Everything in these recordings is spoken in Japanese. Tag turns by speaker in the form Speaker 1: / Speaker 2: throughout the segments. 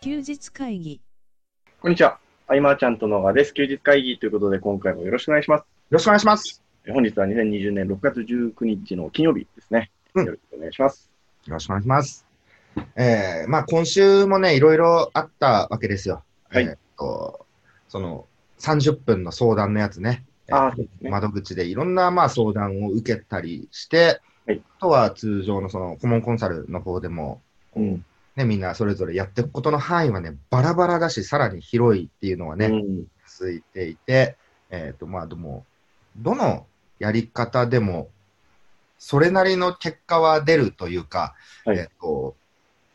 Speaker 1: 休日会議
Speaker 2: こんにちは。アイマーちゃんとのがです。休日会議ということで、今回もよろしくお願いします。
Speaker 3: ろしくお願いします。
Speaker 2: え本日は2020年6月19日の金曜日ですね。
Speaker 3: うん
Speaker 2: よろしくお願いします。
Speaker 3: よろしくお願いします。えー、まあ今週もね、いろいろあったわけですよ。
Speaker 2: はい
Speaker 3: えーっと、その、30分の相談のやつね。
Speaker 2: ああ、そうですね。
Speaker 3: 窓口でいろんな、まあ、相談を受けたりして、
Speaker 2: はい
Speaker 3: あとは通常のその顧問コンサルの方でも、
Speaker 2: うん。
Speaker 3: ね、みんなそれぞれやっていくことの範囲はね、バラバラだし、さらに広いっていうのはね、
Speaker 2: うん
Speaker 3: 続いていて、えっ、と、まあ、でも、どのやり方でも、それなりの結果は出るというか、
Speaker 2: はい
Speaker 3: えっ、と、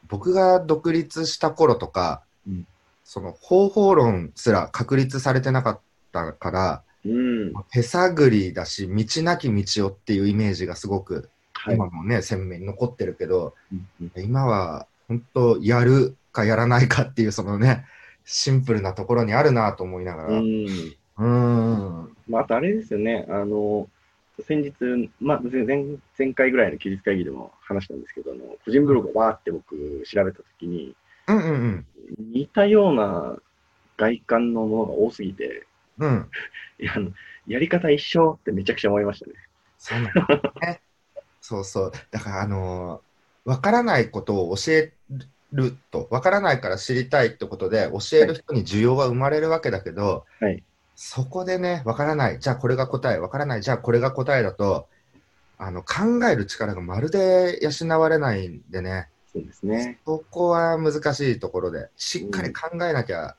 Speaker 3: 僕が独立した頃とか、
Speaker 2: うん
Speaker 3: その方法論すら確立されてなかったから、
Speaker 2: うん。
Speaker 3: 手探りだし、道なき道をっていうイメージがすごく、
Speaker 2: はい。
Speaker 3: 今もね、鮮明に残ってるけど、
Speaker 2: うん
Speaker 3: 今は本当やるかやらないかっていう、そのね、シンプルなところにあるなと思いながら、
Speaker 2: うん。
Speaker 3: うーん。
Speaker 2: まあ、あとあれですよね。あの、先日、まあ、前前前回ぐらいの休日会議でも話したんですけど、あの個人ブログをバーって僕調べたときに、
Speaker 3: うんうん
Speaker 2: 似たような外観のものが多すぎて、
Speaker 3: うん。うん。
Speaker 2: いやあのやり方一緒ってめちゃくちゃ思いましたね。
Speaker 3: そうなんだね。そうそう。だから、あのーわからないことを教えると、わからないから知りたいってことで、教える人に需要は生まれるわけだけど、
Speaker 2: はい
Speaker 3: そこでね、わからない、じゃあこれが答え、わからない、じゃあこれが答えだと、あの考える力がまるで養われないんでね、
Speaker 2: そうですね。
Speaker 3: そこは難しいところで、しっかり考えなきゃ、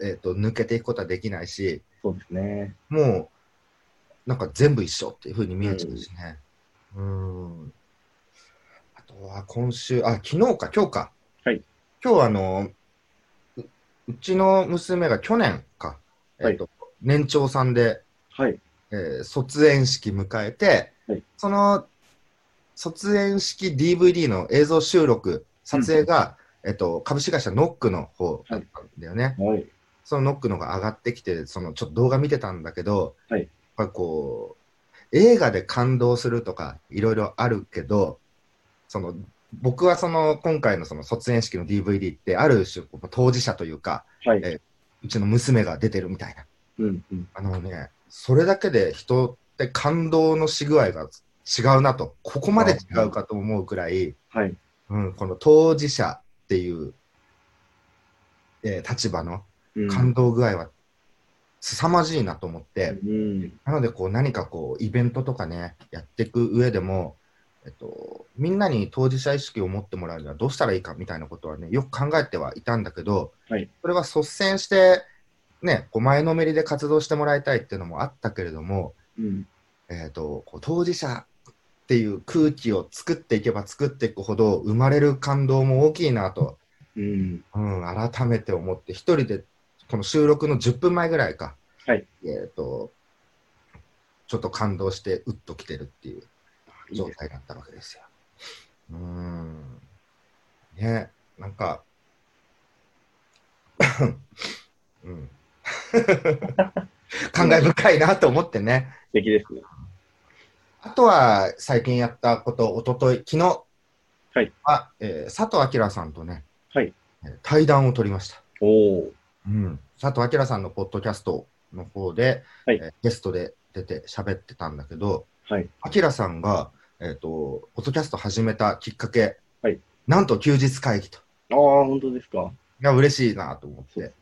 Speaker 3: えっ、と、抜けていくことはできないし、
Speaker 2: そうですね。
Speaker 3: もう、なんか全部一緒っていうふうに見えちゃうしね。うーん。あとは今週、あ、昨日か、今日か。
Speaker 2: はい。
Speaker 3: 今日あの、ううちの娘が去年か、えっ、
Speaker 2: はい
Speaker 3: と、年長さんで、
Speaker 2: はい。
Speaker 3: えー卒園式迎えて、
Speaker 2: はい
Speaker 3: その卒園式 DVD の映像収録、撮影が、えっと、株式会社ノックの方だったんだよね。
Speaker 2: はい。
Speaker 3: そのノックのが上がってきて、そのちょっと動画見てたんだけど、
Speaker 2: はい
Speaker 3: やっぱこう、映画で感動するとか、いろいろあるけど、その、僕はその、今回のその卒園式の DVD って、ある種、こう当事者というか、
Speaker 2: はい。
Speaker 3: えうちの娘が出てるみたいな。
Speaker 2: うんうん。
Speaker 3: あのね、それだけで人って感動のし具合が違うなと、ここまで違うかと思うくらい、
Speaker 2: はい。
Speaker 3: うん、この当事者っていう、えー立場の
Speaker 2: うん
Speaker 3: 感動具合は凄まじいなと思って、
Speaker 2: うん。
Speaker 3: なのでこう何かこうイベントとかねやっていく上でも、えっと、みんなに当事者意識を持ってもらうにはどうしたらいいかみたいなことはねよく考えてはいたんだけど、
Speaker 2: はい
Speaker 3: それは率先して、ね、こう前のめりで活動してもらいたいっていうのもあったけれども、
Speaker 2: うん。
Speaker 3: えっとこう当事者っていう空気を作っていけば作っていくほど生まれる感動も大きいなと
Speaker 2: うん。
Speaker 3: うん、改めて思って、一人でこの収録の10分前ぐらいか、
Speaker 2: はい
Speaker 3: えーとちょっと感動して、うっときてるっていう
Speaker 2: いい
Speaker 3: 状
Speaker 2: です
Speaker 3: 態だったわけですよ。うーんね、なんか、 うん、 感慨深いなと思ってね。
Speaker 2: 素敵ですね。
Speaker 3: あとは最近やったこと、おととい、昨日
Speaker 2: はい
Speaker 3: は、えー佐藤明さんとね、
Speaker 2: はい
Speaker 3: えー対談を取りました。
Speaker 2: おお。
Speaker 3: うん、佐藤明さんのポッドキャストの方で、
Speaker 2: はい
Speaker 3: えーゲストで出て喋ってたんだけど、
Speaker 2: はい。
Speaker 3: 明さんが、えー、とポッドキャスト始めたきっかけ、
Speaker 2: はい
Speaker 3: なんと休日会議と。
Speaker 2: ああ、本当ですか。
Speaker 3: いや、嬉しいなと思って。
Speaker 2: すね。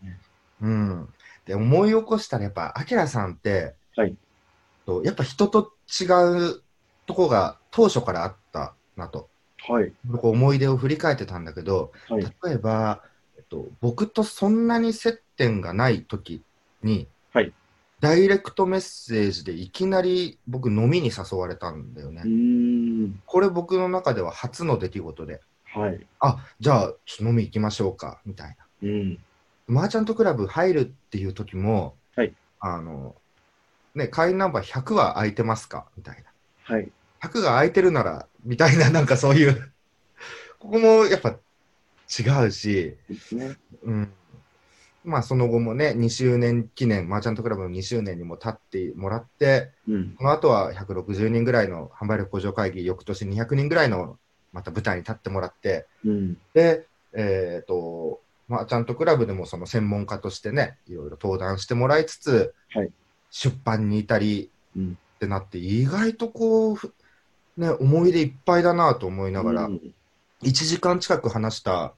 Speaker 3: うん、で思い起こしたら、やっぱ明さんって、
Speaker 2: はい
Speaker 3: と、やっぱ人と違うとこが当初からあったなと。
Speaker 2: はい。
Speaker 3: こう思い出を振り返ってたんだけど、
Speaker 2: はい。
Speaker 3: 例えば、えっと、僕とそんなに接点がない時に、
Speaker 2: はい
Speaker 3: ダイレクトメッセージでいきなり僕飲みに誘われたんだよね。
Speaker 2: うーん。
Speaker 3: これ僕の中では初の出来事で、
Speaker 2: はい。
Speaker 3: あじゃあちょっと飲み行きましょうかみたいな。
Speaker 2: うん。
Speaker 3: マーチャントクラブ入るっていう時も、
Speaker 2: はい
Speaker 3: あのね、会員ナンバー100は空いてますかみたいな。
Speaker 2: はい。
Speaker 3: 100が空いてるならみたいな、なんかそういう、ここもやっぱ違うし、
Speaker 2: ですね。
Speaker 3: うんまあその後もね、2周年記念、マーチャントクラブの2周年にも立ってもらって、
Speaker 2: うん。
Speaker 3: その後は160人ぐらいの販売力向上会議、翌年200人ぐらいのまた舞台に立ってもらって、
Speaker 2: うん。
Speaker 3: で、えっ、と、マーチャントクラブでもその専門家としてね、いろいろ登壇してもらいつつ、
Speaker 2: はい
Speaker 3: 出版にいたり
Speaker 2: うん
Speaker 3: ってなって、意外とこうふ、ね、思い出いっぱいだなと思いながら、
Speaker 2: うん
Speaker 3: 1時間近く話した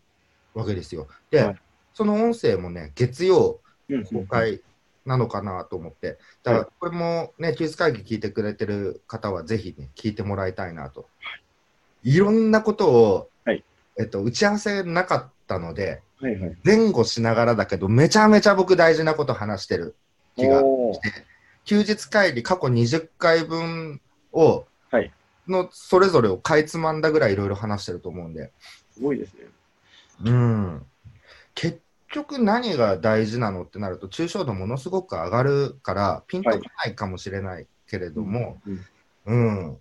Speaker 3: わけですよ。で、
Speaker 2: はい
Speaker 3: その音声もね、月曜
Speaker 2: うん
Speaker 3: 公開なのかなと思って、だからこれもね、休日会議聞いてくれてる方は、ぜひね、聞いてもらいたいなと。いろんなことを、
Speaker 2: はい
Speaker 3: えっと、打ち合わせなかったので、
Speaker 2: はいはい。
Speaker 3: 前後しながらだけど、めちゃめちゃ僕大事なこと話してる気が
Speaker 2: おー
Speaker 3: 休日会議過去20回分を、
Speaker 2: はい
Speaker 3: のそれぞれをかいつまんだぐらいいろいろ話してると思うんで、
Speaker 2: すごいですね。
Speaker 3: うん、結局何が大事なのってなると抽象度ものすごく上がるからピンとこないかもしれないけれども、
Speaker 2: うん
Speaker 3: うん、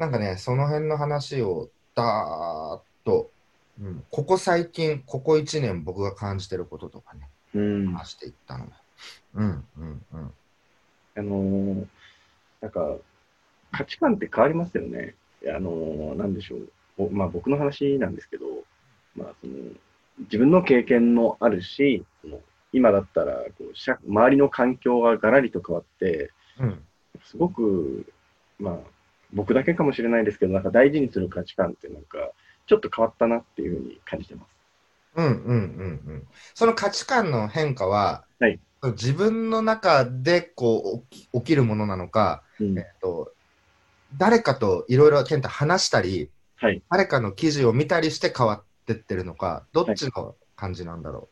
Speaker 3: なんかねその辺の話をだーっと、うん、ここ最近ここ1年僕が感じてることとかね
Speaker 2: うん。あ
Speaker 3: 話していったのが。うんうんうん
Speaker 2: のーなんか、価値観って変わりますよね。あのーなんでしょう。おまあ、僕の話なんですけど、まあ、その、自分の経験もあるし、その今だったらこう社、周りの環境がガラリと変わって、
Speaker 3: うん
Speaker 2: すごく、まあ、僕だけかもしれないですけど、なんか大事にする価値観って、なんか、ちょっと変わったなっていうふうに感じてます。
Speaker 3: うんうんうんうん。その価値観の変化は、
Speaker 2: はい
Speaker 3: 自分の中でこう起き起きるものなのか、
Speaker 2: うん
Speaker 3: えっと、誰かといろいろ健太話したり、
Speaker 2: はい
Speaker 3: 誰かの記事を見たりして変わってってるのか、どっちの感じなんだろ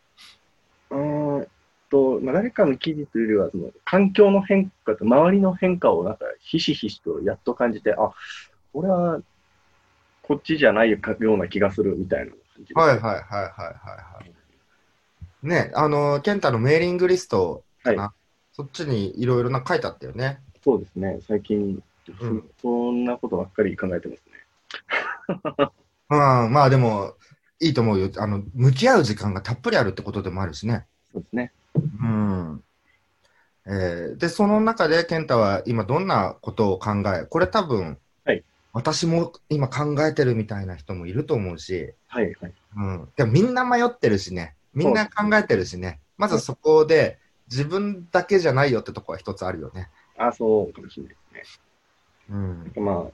Speaker 2: うーんと、まあ、誰かの記事というよりは、その環境の変化と周りの変化をなんかひしひしとやっと感じて、あ、これはこっちじゃないような気がするみたいな感じです
Speaker 3: う。はいはいはいはいはいはい。ね、あの、健太のメーリングリストかな、そっちにいろいろな書いてあったよね。
Speaker 2: そうですね、最近、そ
Speaker 3: うん
Speaker 2: そんなことばっかり考えてますね。
Speaker 3: うん、まあでも、いいと思うよ。あの、向き合う時間がたっぷりあるってことでもあるしね。
Speaker 2: そうですね。
Speaker 3: うんえーで、その中で健太は今どんなことを考え、これ多分、
Speaker 2: はい
Speaker 3: 私も今考えてるみたいな人もいると思うし、
Speaker 2: はいはい。
Speaker 3: うん、でもみんな迷ってるしね、みんな考えてるしね、まずそこで自分だけじゃないよってとこは一つあるよね。
Speaker 2: あ、そうかもしれないですね。
Speaker 3: うん
Speaker 2: ま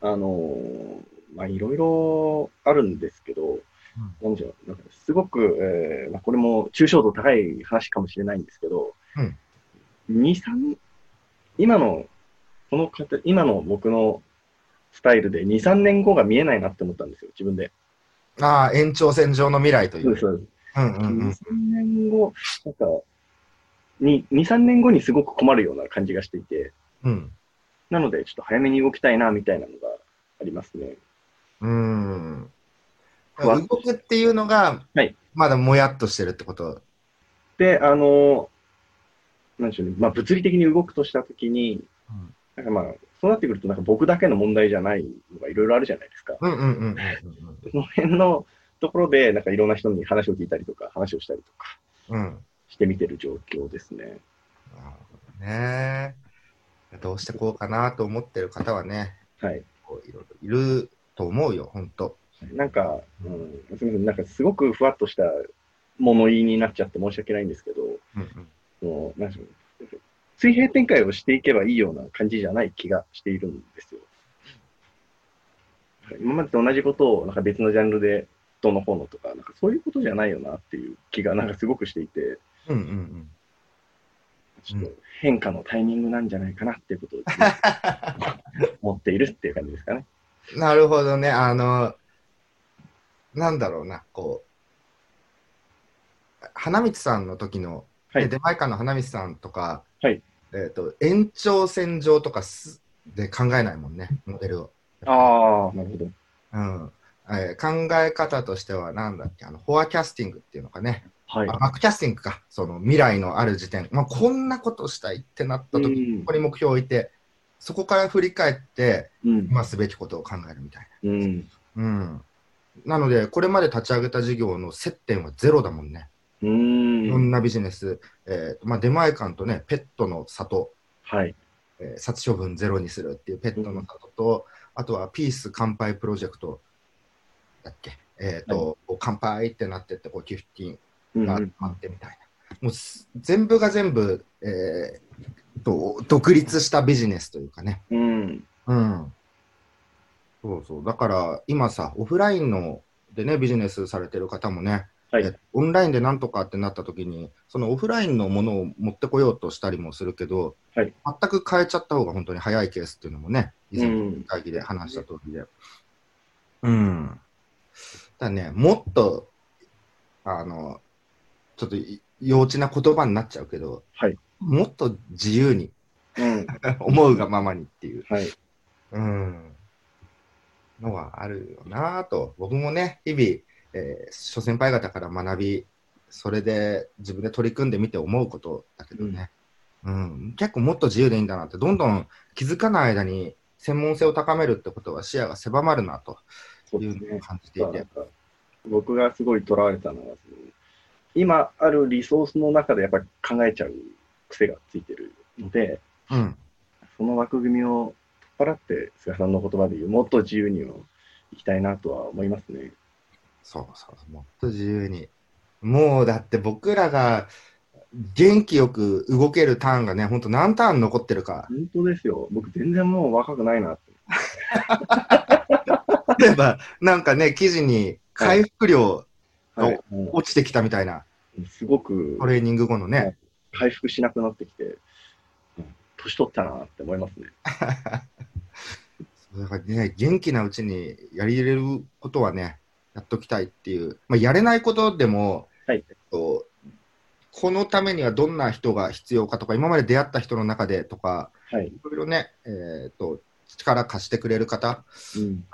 Speaker 2: あ、あのーまあ、いろいろあるんですけど、なんでしょう、なんかすごく、えーまあ、これも抽象度高い話かもしれないんですけど、
Speaker 3: うん
Speaker 2: 二三今の、この方、今の僕のスタイルで2、3年後が見えないなって思ったんですよ、自分で。
Speaker 3: ああ、延長線上の未来とい
Speaker 2: そう
Speaker 3: う
Speaker 2: です。。そうです
Speaker 3: うんうんう
Speaker 2: 2、
Speaker 3: ん
Speaker 2: 3年後、なんか、に2、3年後にすごく困るような感じがしていて、
Speaker 3: うん
Speaker 2: なので、ちょっと早めに動きたいな、みたいなのがありますね。
Speaker 3: うん
Speaker 2: ふわっ
Speaker 3: 動くっていうのが
Speaker 2: はい、
Speaker 3: まだもやっとしてるってこと。
Speaker 2: で、あの、なんでしょうね、まあ、物理的に動くとしたときに、なんかまあ、そうなってくると、なんか僕だけの問題じゃないのがいろいろあるじゃないですか。
Speaker 3: うんうんうんうんうんうん
Speaker 2: その辺のところで、なんかいろんな人に話を聞いたりとか、話をしたりとか
Speaker 3: うん。
Speaker 2: してみてる状況ですね。
Speaker 3: なるほどね。どうしてこうかなと思ってる方はね、
Speaker 2: はい。
Speaker 3: こういろいろいると思うよ、ほんと。
Speaker 2: なんか、うん、すみません、なんかすごくふわっとした物言いになっちゃって申し訳ないんですけど、
Speaker 3: うん
Speaker 2: そのなんでしょうね水平展開をしていけばいいような感じじゃない気がしているんですよ。今までと同じことをなんか別のジャンルでどうの方のとか、なんかそういうことじゃないよなっていう気がなんかすごくしていて、
Speaker 3: うんうんうん。
Speaker 2: ちょっと変化のタイミングなんじゃないかなっていうことをですね思っているっていう感じですかね。
Speaker 3: なるほどね。あの、なんだろうな、こう、花道さんの時の、
Speaker 2: はい
Speaker 3: ね出前館の花道さんとか、
Speaker 2: はい
Speaker 3: えっと延長線上とかすで考えないもんね、モデルを。
Speaker 2: ああ、なるほど。
Speaker 3: うんえー考え方としては、なんだっけ、あのフォアキャスティングっていうのかね。
Speaker 2: はい。
Speaker 3: あマックキャスティングか、その未来のある時点、まあ、こんなことしたいってなった
Speaker 2: う
Speaker 3: 時、
Speaker 2: ん
Speaker 3: ここに目標を置いて、そこから振り返って、
Speaker 2: うん。
Speaker 3: 今すべきことを考えるみたい
Speaker 2: うん。
Speaker 3: な。うん、なので、これまで立ち上げた事業の接点はゼロだもんね。
Speaker 2: う
Speaker 3: いろ
Speaker 2: ん。
Speaker 3: んなビジネス、えーまあ、出前館とね、ペットの里、
Speaker 2: はい。
Speaker 3: えー殺処分ゼロにするっていうペットの里と、あとはピース乾杯プロジェクトだっけ、えーと乾杯ってなってってこう寄付金
Speaker 2: うん
Speaker 3: があってみたいな。もうす全部が全部、えーと、独立したビジネスというかね。
Speaker 2: うん。
Speaker 3: うん。そうそう。だから今さ、オフラインのでね、ビジネスされてる方もね、
Speaker 2: は
Speaker 3: え
Speaker 2: い。
Speaker 3: オンラインでなんとかってなった時に、そのオフラインのものを持ってこようとしたりもするけど、
Speaker 2: はい
Speaker 3: 全く変えちゃった方が本当に早いケースっていうのもね、以
Speaker 2: う
Speaker 3: 前
Speaker 2: ん。
Speaker 3: 会議で話した通りで。うん。だね、もっと、あの、ちょっとい幼稚な言葉になっちゃうけど、
Speaker 2: はい
Speaker 3: もっと自由に、
Speaker 2: うん。
Speaker 3: 思うがままにっていう、
Speaker 2: はい。
Speaker 3: うん、のはあるよなぁと、僕もね、日々、えー諸先輩方から学び、それで自分で取り組んでみて思うことだけどね、うん、結構もっと自由でいいんだなって、どんどん気づかない間に専門性を高めるってことは視野が狭まるなと
Speaker 2: そう
Speaker 3: い
Speaker 2: で
Speaker 3: う
Speaker 2: す
Speaker 3: のを
Speaker 2: ね。
Speaker 3: 感じてい
Speaker 2: なん
Speaker 3: て。
Speaker 2: か僕がすごいとらわれたのは、その今あるリソースの中でやっぱり考えちゃう癖がついてるので、
Speaker 3: うん、
Speaker 2: その枠組みを取っ払って、菅さんの言葉で言う、もっと自由にをいきたいなとは思いますね。
Speaker 3: そうそう、もっと自由に。もうだって僕らが元気よく動けるターンがね、ほんと何ターン残ってるか。
Speaker 2: 本当ですよ。僕全然もう若くないなって。
Speaker 3: 例えば、なんかね、記事に回復量
Speaker 2: はい。も
Speaker 3: 落ちてきたみたいな、
Speaker 2: うすごく
Speaker 3: トレーニング後のね。
Speaker 2: 回復しなくなってきて、うん年取ったなって思いますね。
Speaker 3: だからね、元気なうちにやり入れることはね、やっときたいっていう。まあ、やれないことでも、
Speaker 2: はい
Speaker 3: えっとこのためにはどんな人が必要かとか、今まで出会った人の中でとか、
Speaker 2: はい。
Speaker 3: いろいろね、えっと力貸してくれる方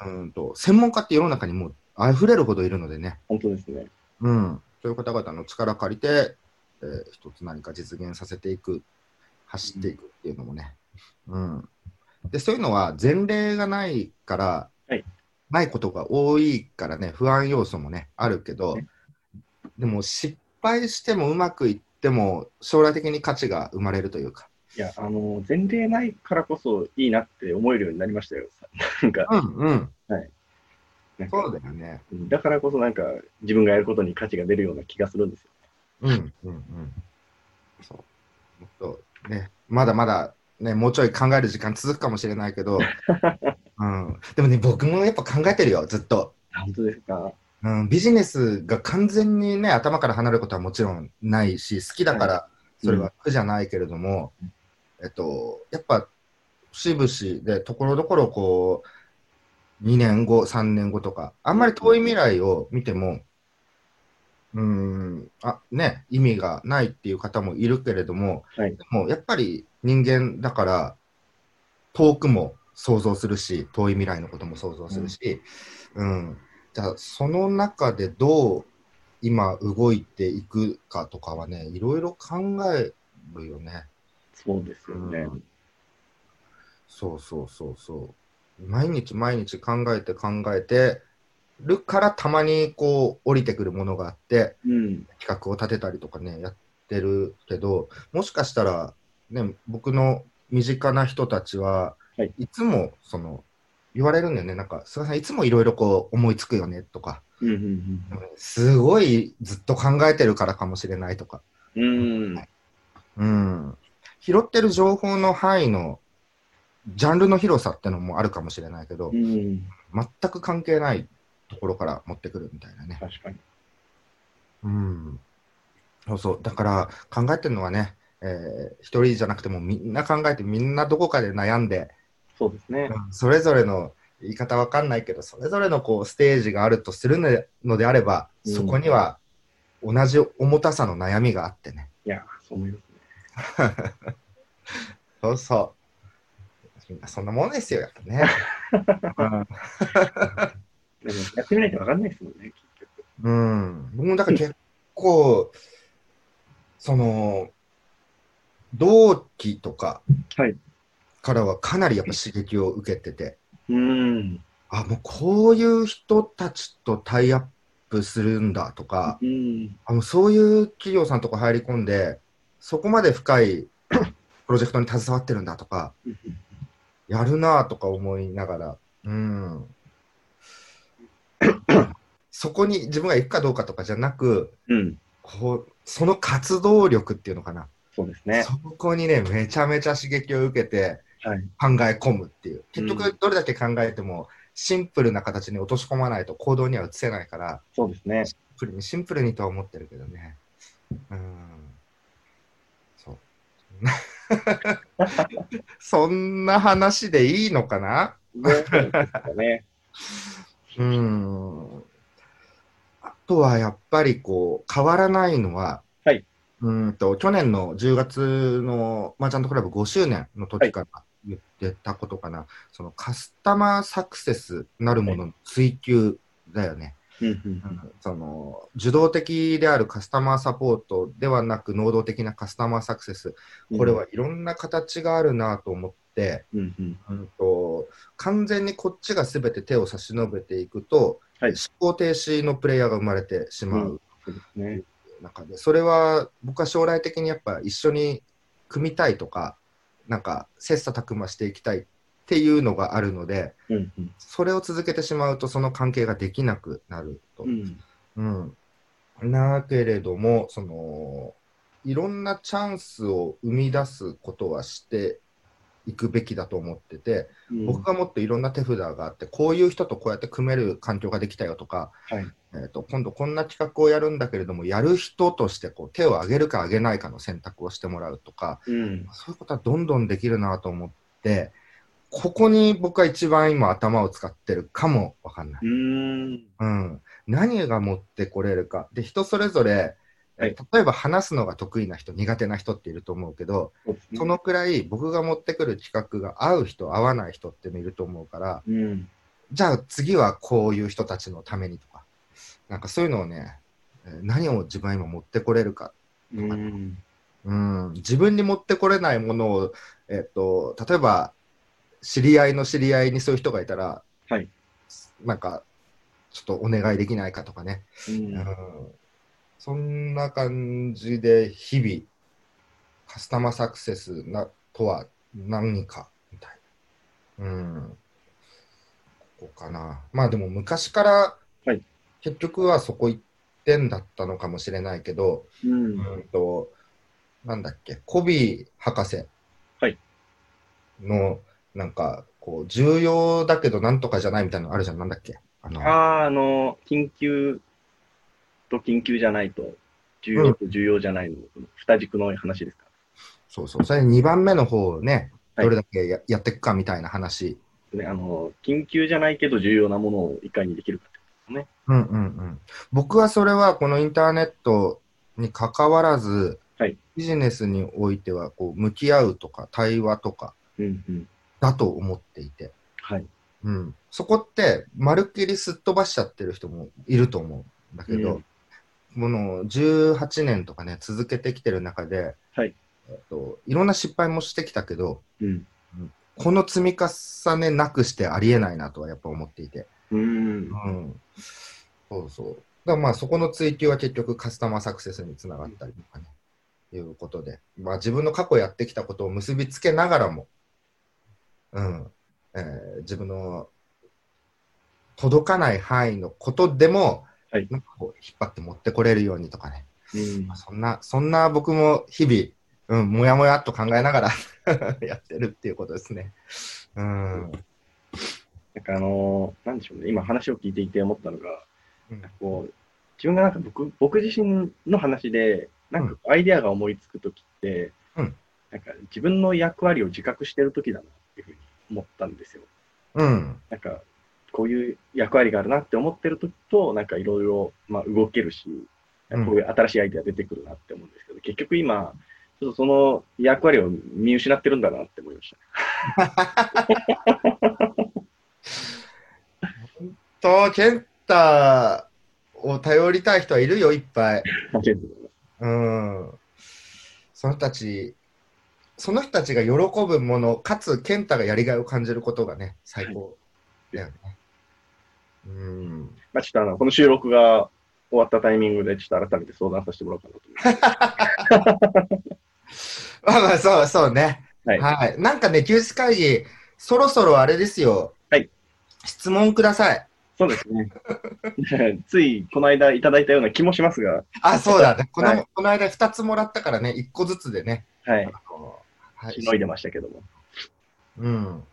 Speaker 2: うん、
Speaker 3: うんと、専門家って世の中にもう溢れるほどいるのでね。
Speaker 2: 本当ですね。
Speaker 3: うん、そういう方々の力借りて、えー一つ何か実現させていく、走っていくっていうのもね。うん、でそういうのは前例がないから、
Speaker 2: はい
Speaker 3: ないことが多いからね、不安要素もね、あるけど
Speaker 2: ね、
Speaker 3: でも失敗してもうまくいっても、将来的に価値が生まれるというか。
Speaker 2: いや、あの、前例ないからこそいいなって思えるようになりましたよ。なんか、
Speaker 3: うんうん、
Speaker 2: なんか
Speaker 3: そうだよね。
Speaker 2: うんだからこそなんか自分がやることに価値が出るような気がするんですよ。
Speaker 3: うんうんうん。そう。もっとね、まだまだ、ね、もうちょい考える時間続くかもしれない けど、うん、でもね、僕もやっぱ考えてるよ、ずっと。
Speaker 2: 本当ですか
Speaker 3: うん、ビジネスが完全にね、頭から離れることはもちろんないし、好きだから、それは苦じゃないけれども、えっと、やっぱ、節々で、ところどころこう、2年後、3年後とか、あんまり遠い未来を見ても、うん、あ、ね、意味がないっていう方もいるけれども、
Speaker 2: はい。
Speaker 3: もうやっぱり人間だから、遠くも想像するし、遠い未来のことも想像するし、うん。じゃあ、その中でどう今動いていくかとかはね、いろいろ考えるよね。
Speaker 2: そうですよね。
Speaker 3: うんそうそうそうそう。毎日毎日考えて考えてるから、たまにこう降りてくるものがあって、
Speaker 2: うん。
Speaker 3: 企画を立てたりとかね、やってるけど、もしかしたら、ね、僕の身近な人たちは、
Speaker 2: はい
Speaker 3: いつもその言われるんだよね、なんか、菅さん、いつもいろいろこう思いつくよねとか、
Speaker 2: うん。うん
Speaker 3: すごいずっと考えてるからかもしれないとか、
Speaker 2: うん。うん。
Speaker 3: うん、拾ってる情報の範囲のジャンルの広さってのもあるかもしれないけど
Speaker 2: う、ん。
Speaker 3: 全く関係ないところから持ってくるみたいなね。
Speaker 2: 確かに。
Speaker 3: うん。そうそう。だから考えてるのはね、えー一人じゃなくてもみんな考えてみんなどこかで悩んで、
Speaker 2: そうですね。
Speaker 3: それぞれの言い方わかんないけど、それぞれのこうステージがあるとするのでのであれば、
Speaker 2: うん
Speaker 3: そこには同じ重たさの悩みがあってね。
Speaker 2: いや、そう思いますね。
Speaker 3: そうそう。みんなそんなもんですよ、やっ ぱね。
Speaker 2: でもやってみないと分かんないですもんね、結局。
Speaker 3: うん、僕もだから結構、その、同期とか
Speaker 2: はい
Speaker 3: からはかなりやっぱ刺激を受けてて、
Speaker 2: うん。
Speaker 3: あ、もうこういう人たちとタイアップするんだとか、
Speaker 2: うん。
Speaker 3: あのそういう企業さんとか入り込んで、そこまで深い プロジェクトに携わってるんだとか、やるなぁとか思いながら、うん。 そこに自分が行くかどうかとかじゃなく、
Speaker 2: うん。
Speaker 3: こうその活動力っていうのかな、
Speaker 2: そうですね。
Speaker 3: そこにね、めちゃめちゃ刺激を受けて
Speaker 2: はい。
Speaker 3: 考え込むっていう、結
Speaker 2: う
Speaker 3: 局、どれだけ考えても、シンプルな形に落とし込まないと行動には移せないから、
Speaker 2: そうですね。
Speaker 3: シンプルにシンプルにとは思ってるけどね。うん。そう。 そんな話でいいのかな
Speaker 2: ねそうですかね。
Speaker 3: うん。あとはやっぱりこう変わらないのは、
Speaker 2: はい、
Speaker 3: うんと去年の10月のマーチャントクラブ5周年の時から言ってたことかな、そのカスタマーサクセスなるものの追求だよね、
Speaker 2: うんうん
Speaker 3: うんその受動的であるカスタマーサポートではなく能動的なカスタマーサクセス
Speaker 2: うん
Speaker 3: これはいろんな形があるなと思って。
Speaker 2: うんうん
Speaker 3: うんと完全にこっちが全て手を差し伸べていくと、
Speaker 2: はい
Speaker 3: 思考停止のプレイヤーが生まれてしまう
Speaker 2: そうですね。
Speaker 3: 中で、それは僕は将来的にやっぱ一緒に組みたいとかなんか切磋琢磨していきたいっていうのがあるので
Speaker 2: うんうん
Speaker 3: それを続けてしまうとその関係ができなくなると。
Speaker 2: うん
Speaker 3: うん、なけれどもそのいろんなチャンスを生み出すことはしていくべきだと思ってて。
Speaker 2: うん
Speaker 3: 僕がもっといろんな手札があって、こういう人とこうやって組める環境ができたよとか、
Speaker 2: はい。
Speaker 3: えー、と今度こんな企画をやるんだけれども、やる人としてこう手を挙げるか挙げないかの選択をしてもらうとか、
Speaker 2: うん
Speaker 3: そういうことはどんどんできるなと思って、ここに僕は一番今頭を使ってるかもわかんな
Speaker 2: う
Speaker 3: い。
Speaker 2: ん。
Speaker 3: うん、何が持ってこれるか。で、人それぞれ、えー例えば話すのが得意な人、苦手な人っていると思うけど、
Speaker 2: そうですね
Speaker 3: そのくらい僕が持ってくる企画が合う人、合わない人っていうのいると思うから、
Speaker 2: うん。
Speaker 3: じゃあ次はこういう人たちのためにとか、なんかそういうのをね、えー何を自分は今持ってこれるか、
Speaker 2: うん。
Speaker 3: うん、自分に持ってこれないものを、えっと例えば知り合いの知り合いにそういう人がいたら、
Speaker 2: はい
Speaker 3: なんかちょっとお願いできないかとかね、
Speaker 2: うん
Speaker 3: うんそんな感じで日々、カスタマーサクセスなとは何かみたいな。うん。ここかな。まあでも昔から、
Speaker 2: はい
Speaker 3: 結局はそこ一点だったのかもしれないけど、
Speaker 2: うん
Speaker 3: うんと、なんだっけ、コビー博士
Speaker 2: はい
Speaker 3: の、なんか、こう、重要だけどなんとかじゃないみたいなのあるじゃん、なんだっけ。あの
Speaker 2: ああ、あの、緊急と緊急じゃないと、重要と重要じゃないの、この二軸の話ですか。
Speaker 3: そうそう、それ2番目の方をね、
Speaker 2: はい
Speaker 3: どれだけや,、やっていくかみたいな話。
Speaker 2: ね、あの、緊急じゃないけど重要なものをいかにできるかって
Speaker 3: うんうんうん、僕はそれはこのインターネットに関わらず、
Speaker 2: はい
Speaker 3: ビジネスにおいてはこう向き合うとか対話とか
Speaker 2: うんうん。
Speaker 3: だと思っていて、
Speaker 2: はい。
Speaker 3: うん、そこってまるっきりすっ飛ばしちゃってる人もいると思うんだけど、この18年とかね続けてきてる中で、
Speaker 2: はい
Speaker 3: えっと、いろんな失敗もしてきたけど
Speaker 2: うん。
Speaker 3: この積み重ねなくしてありえないなとはやっぱ思っていて。
Speaker 2: うん。
Speaker 3: うんそうそう。だからまあそこの追求は結局カスタマーサクセスにつながったりとかね、いうことで、まあ自分の過去やってきたことを結びつけながらも、うん、えー自分の届かない範囲のことでも、
Speaker 2: はい
Speaker 3: なんかこう引っ張って持ってこれるようにとかね、
Speaker 2: うん
Speaker 3: まあ、そんな、そんな僕も日々、うん、もやもやっと考えながら やってるっていうことですね。うん。
Speaker 2: なんかあのーなんでしょうね、今話を聞いていて思ったのが、
Speaker 3: うん
Speaker 2: こう自分がなんか僕僕自身の話で、なんかアイデアが思いつくときって、
Speaker 3: うん
Speaker 2: なんか自分の役割を自覚してるときだなっていうふうに思ったんですよ。
Speaker 3: うん。
Speaker 2: なんかこういう役割があるなって思ってるときと、なんかいろいろまあ動けるし、
Speaker 3: うん
Speaker 2: こういう新しいアイデア出てくるなって思うんですけど、結局今、ちょっとその役割を見失ってるんだなって思いました。
Speaker 3: と、ケンタを頼りたい人はいるよ、いっぱい。
Speaker 2: ありがとうございます
Speaker 3: うん。その人たち、その人たちが喜ぶもの、かつ、ケンタがやりがいを感じることがね、最高だよね。うん。
Speaker 2: まあ、ちょっとあのこの収録が終わったタイミングで、ちょっと改めて相談させてもらおうかなと思います。
Speaker 3: まあまあ、そうそうね。
Speaker 2: はい
Speaker 3: なんかね、休止会議、そろそろあれですよ。
Speaker 2: はい。
Speaker 3: 質問ください。
Speaker 2: そうですね。 ついこの間いただいたような気もしますが、
Speaker 3: あ、そうだね。こ の,、
Speaker 2: はい
Speaker 3: この間2つもらったからね、1個ずつでね。
Speaker 2: はい。
Speaker 3: あのは
Speaker 2: しのいでましたけども。
Speaker 3: うん。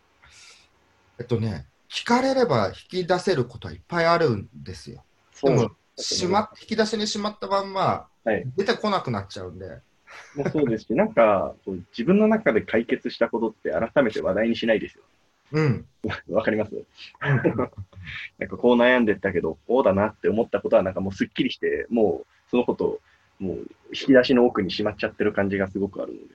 Speaker 3: えっとね、聞かれれば引き出せることはいっぱいあるんですよ。
Speaker 2: そ
Speaker 3: で
Speaker 2: う
Speaker 3: も、しま引き出しにしまったまんま、
Speaker 2: はい
Speaker 3: 出てこなくなっちゃうんで、
Speaker 2: もうそうですし、なんかこう自分の中で解決したことって改めて話題にしないですよ。
Speaker 3: うん。
Speaker 2: わかります
Speaker 3: うん
Speaker 2: なんかこう悩んでたけど、こうだなって思ったことはなんかもうすっきりして、もうそのこと、もう引き出しの奥にしまっちゃってる感じがすごくあるので。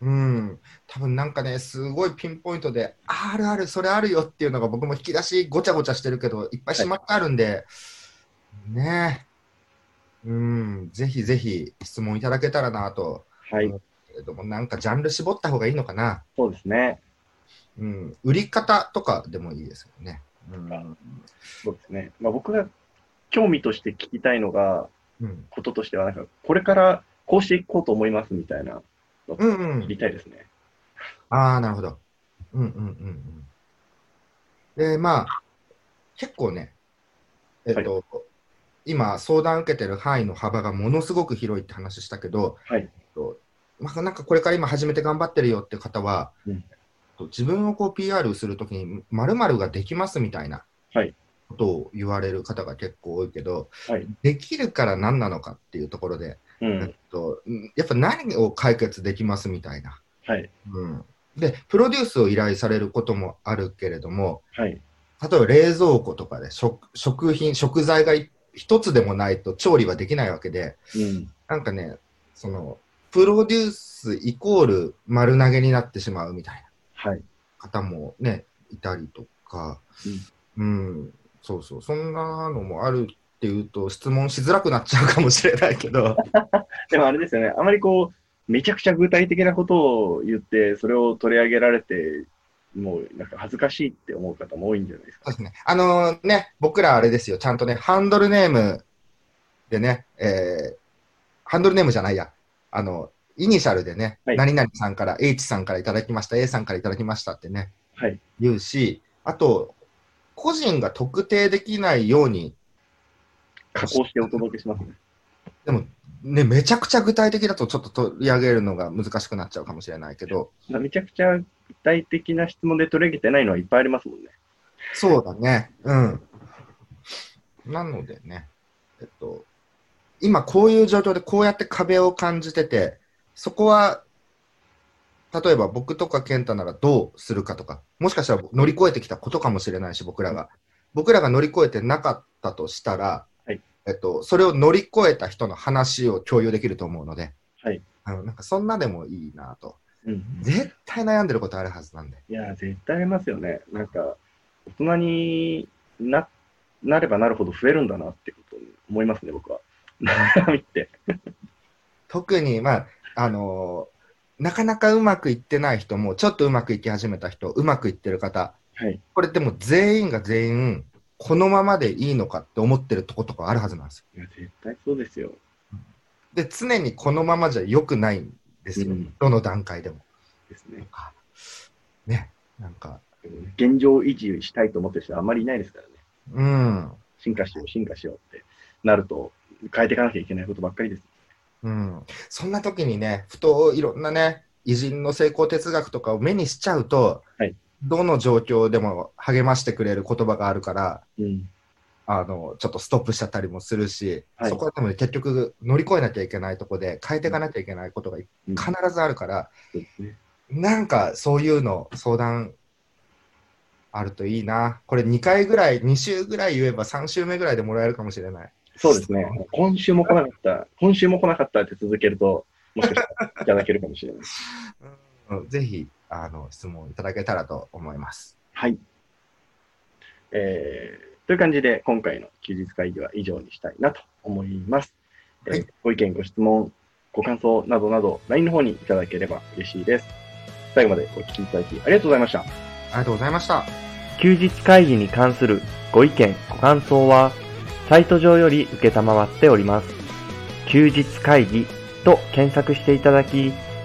Speaker 3: うん、多分なんかね、すごいピンポイントで、あるある、それあるよっていうのが僕も引き出しごちゃごちゃしてるけど、いっぱいしまってあるんで、ねえ、うん、ぜひぜひ質問いただけたらなと、
Speaker 2: はい、
Speaker 3: うんけれども、なんかジャンル絞った方がいいのかな、
Speaker 2: そうですね。
Speaker 3: うん、売り方とかでもいいですよね。うん、
Speaker 2: そうですね。まあ僕が興味として聞きたいのが、
Speaker 3: うん、
Speaker 2: こととしては、なんかこれからこうしていこうと思いますみたいな、
Speaker 3: うん、う
Speaker 2: 知り
Speaker 3: ん、
Speaker 2: たいですね。
Speaker 3: ああ、なるほど。うん、うん、うん、うん。で、まあ、結構ね、えっと、今、相談受けてる範囲の幅がものすごく広いって話したけど、
Speaker 2: はい
Speaker 3: えっとまあ、なんかこれから今始めて頑張ってるよって方は、
Speaker 2: うん
Speaker 3: えっと自分をこう PR するときに、〇〇ができますみたいな
Speaker 2: はい
Speaker 3: ことを言われる方が結構多いけど、
Speaker 2: はい
Speaker 3: できるから何なのかっていうところで、
Speaker 2: う
Speaker 3: えっ
Speaker 2: ん。
Speaker 3: と、うんやっぱ何を解決できますみたいな。
Speaker 2: はい。
Speaker 3: うん、で、プロデュースを依頼されることもあるけれども、
Speaker 2: はい。
Speaker 3: 例えば冷蔵庫とかで食食品、食材がい一つでもないと調理はできないわけで、
Speaker 2: うん。
Speaker 3: なんかね、その、プロデュースイコール丸投げになってしまうみたいな
Speaker 2: はい。
Speaker 3: 方もね、いたりとか、うん、そうそう、そんなのもあるっていうと、質問しづらくなっちゃうかもしれないけど、
Speaker 2: でもあれですよね。あまりこう、めちゃくちゃ具体的なことを言って、それを取り上げられて、もうなんか恥ずかしいって思う方も多いんじゃないです
Speaker 3: そう
Speaker 2: か。
Speaker 3: ですね。あのね、僕らあれですよ、ちゃんとね、ハンドルネームでね、えーハンドルネームじゃないや、あの、イニシャルでね、
Speaker 2: はい
Speaker 3: 何々さんから、H さんからいただきました、A さんからいただきましたってね、
Speaker 2: はい。
Speaker 3: 言うし、あと、個人が特定できないように、
Speaker 2: 加工してお届けしますね。
Speaker 3: でも、ね、めちゃくちゃ具体的だとちょっと取り上げるのが難しくなっちゃうかもしれないけど、
Speaker 2: まあめちゃくちゃ具体的な質問で取り上げてないのはいっぱいありますもんね。
Speaker 3: そうだね。うん。なのでね、えっと、今こういう状況でこうやって壁を感じてて、そこは、例えば僕とか健太ならどうするかとか、もしかしたら乗り越えてきたことかもしれないし、僕らが。僕らが乗り越えてなかったとしたら、
Speaker 2: はい
Speaker 3: えっと、それを乗り越えた人の話を共有できると思うので、
Speaker 2: はい
Speaker 3: あのなんかそんなでもいいなと。
Speaker 2: うん。
Speaker 3: 絶対悩んでることあるはずなんで。
Speaker 2: いや、絶対ありますよね。なんか、大人にななればなるほど増えるんだなってことに思いますね、僕は。悩みって。
Speaker 3: 特に、まあ、あのーなかなかうまくいってない人も、ちょっとうまくいき始めた人、うまくいってる方、
Speaker 2: はい。
Speaker 3: これでも全員が全員、このままでいいのかって思ってるとことかあるはずなんですよ。
Speaker 2: いや、絶対そうですよ。
Speaker 3: で、常にこのままじゃ良くないんです
Speaker 2: う
Speaker 3: よ。
Speaker 2: ん
Speaker 3: どの段階でも。
Speaker 2: ですね。
Speaker 3: ね。なんか、
Speaker 2: 現状維持したいと思ってる人はあまりいないですからね。
Speaker 3: うん。
Speaker 2: 進化しよう、進化しようってなると、変えていかなきゃいけないことばっかりです。
Speaker 3: うん。そんな時にね、ふといろんなね、偉人の成功哲学とかを目にしちゃうと、
Speaker 2: はい
Speaker 3: どの状況でも励ましてくれる言葉があるから、
Speaker 2: うん。
Speaker 3: あのちょっとストップしちゃったりもするし、
Speaker 2: はい
Speaker 3: そこはでも結局乗り越えなきゃいけないとこで変えていかなきゃいけないことが必
Speaker 2: か
Speaker 3: ずあるから、
Speaker 2: そうですね。
Speaker 3: なんかそういうの相談あるといいなこれ2回ぐらい2週ぐらい言えば3週目ぐらいでもらえるかもしれない
Speaker 2: そうですね。今週も来なかった、今週も来なかったって続けると、もしかしたらいただけるかもしれない。
Speaker 3: うんぜひあの質問いただけたらと思います
Speaker 2: はい。えーという感じで、今回の休日会議は以上にしたいなと思います。えー
Speaker 3: はい
Speaker 2: ご意見、ご質問、ご感想などなど、LINE の方にいただければ嬉しいです。最後までお聞きいただきありがとうございました。
Speaker 3: ありがとうございました
Speaker 1: 休日会議に関するご意見、ご感想は、サイト上より受けたまわっております。休日会議と検索していただき、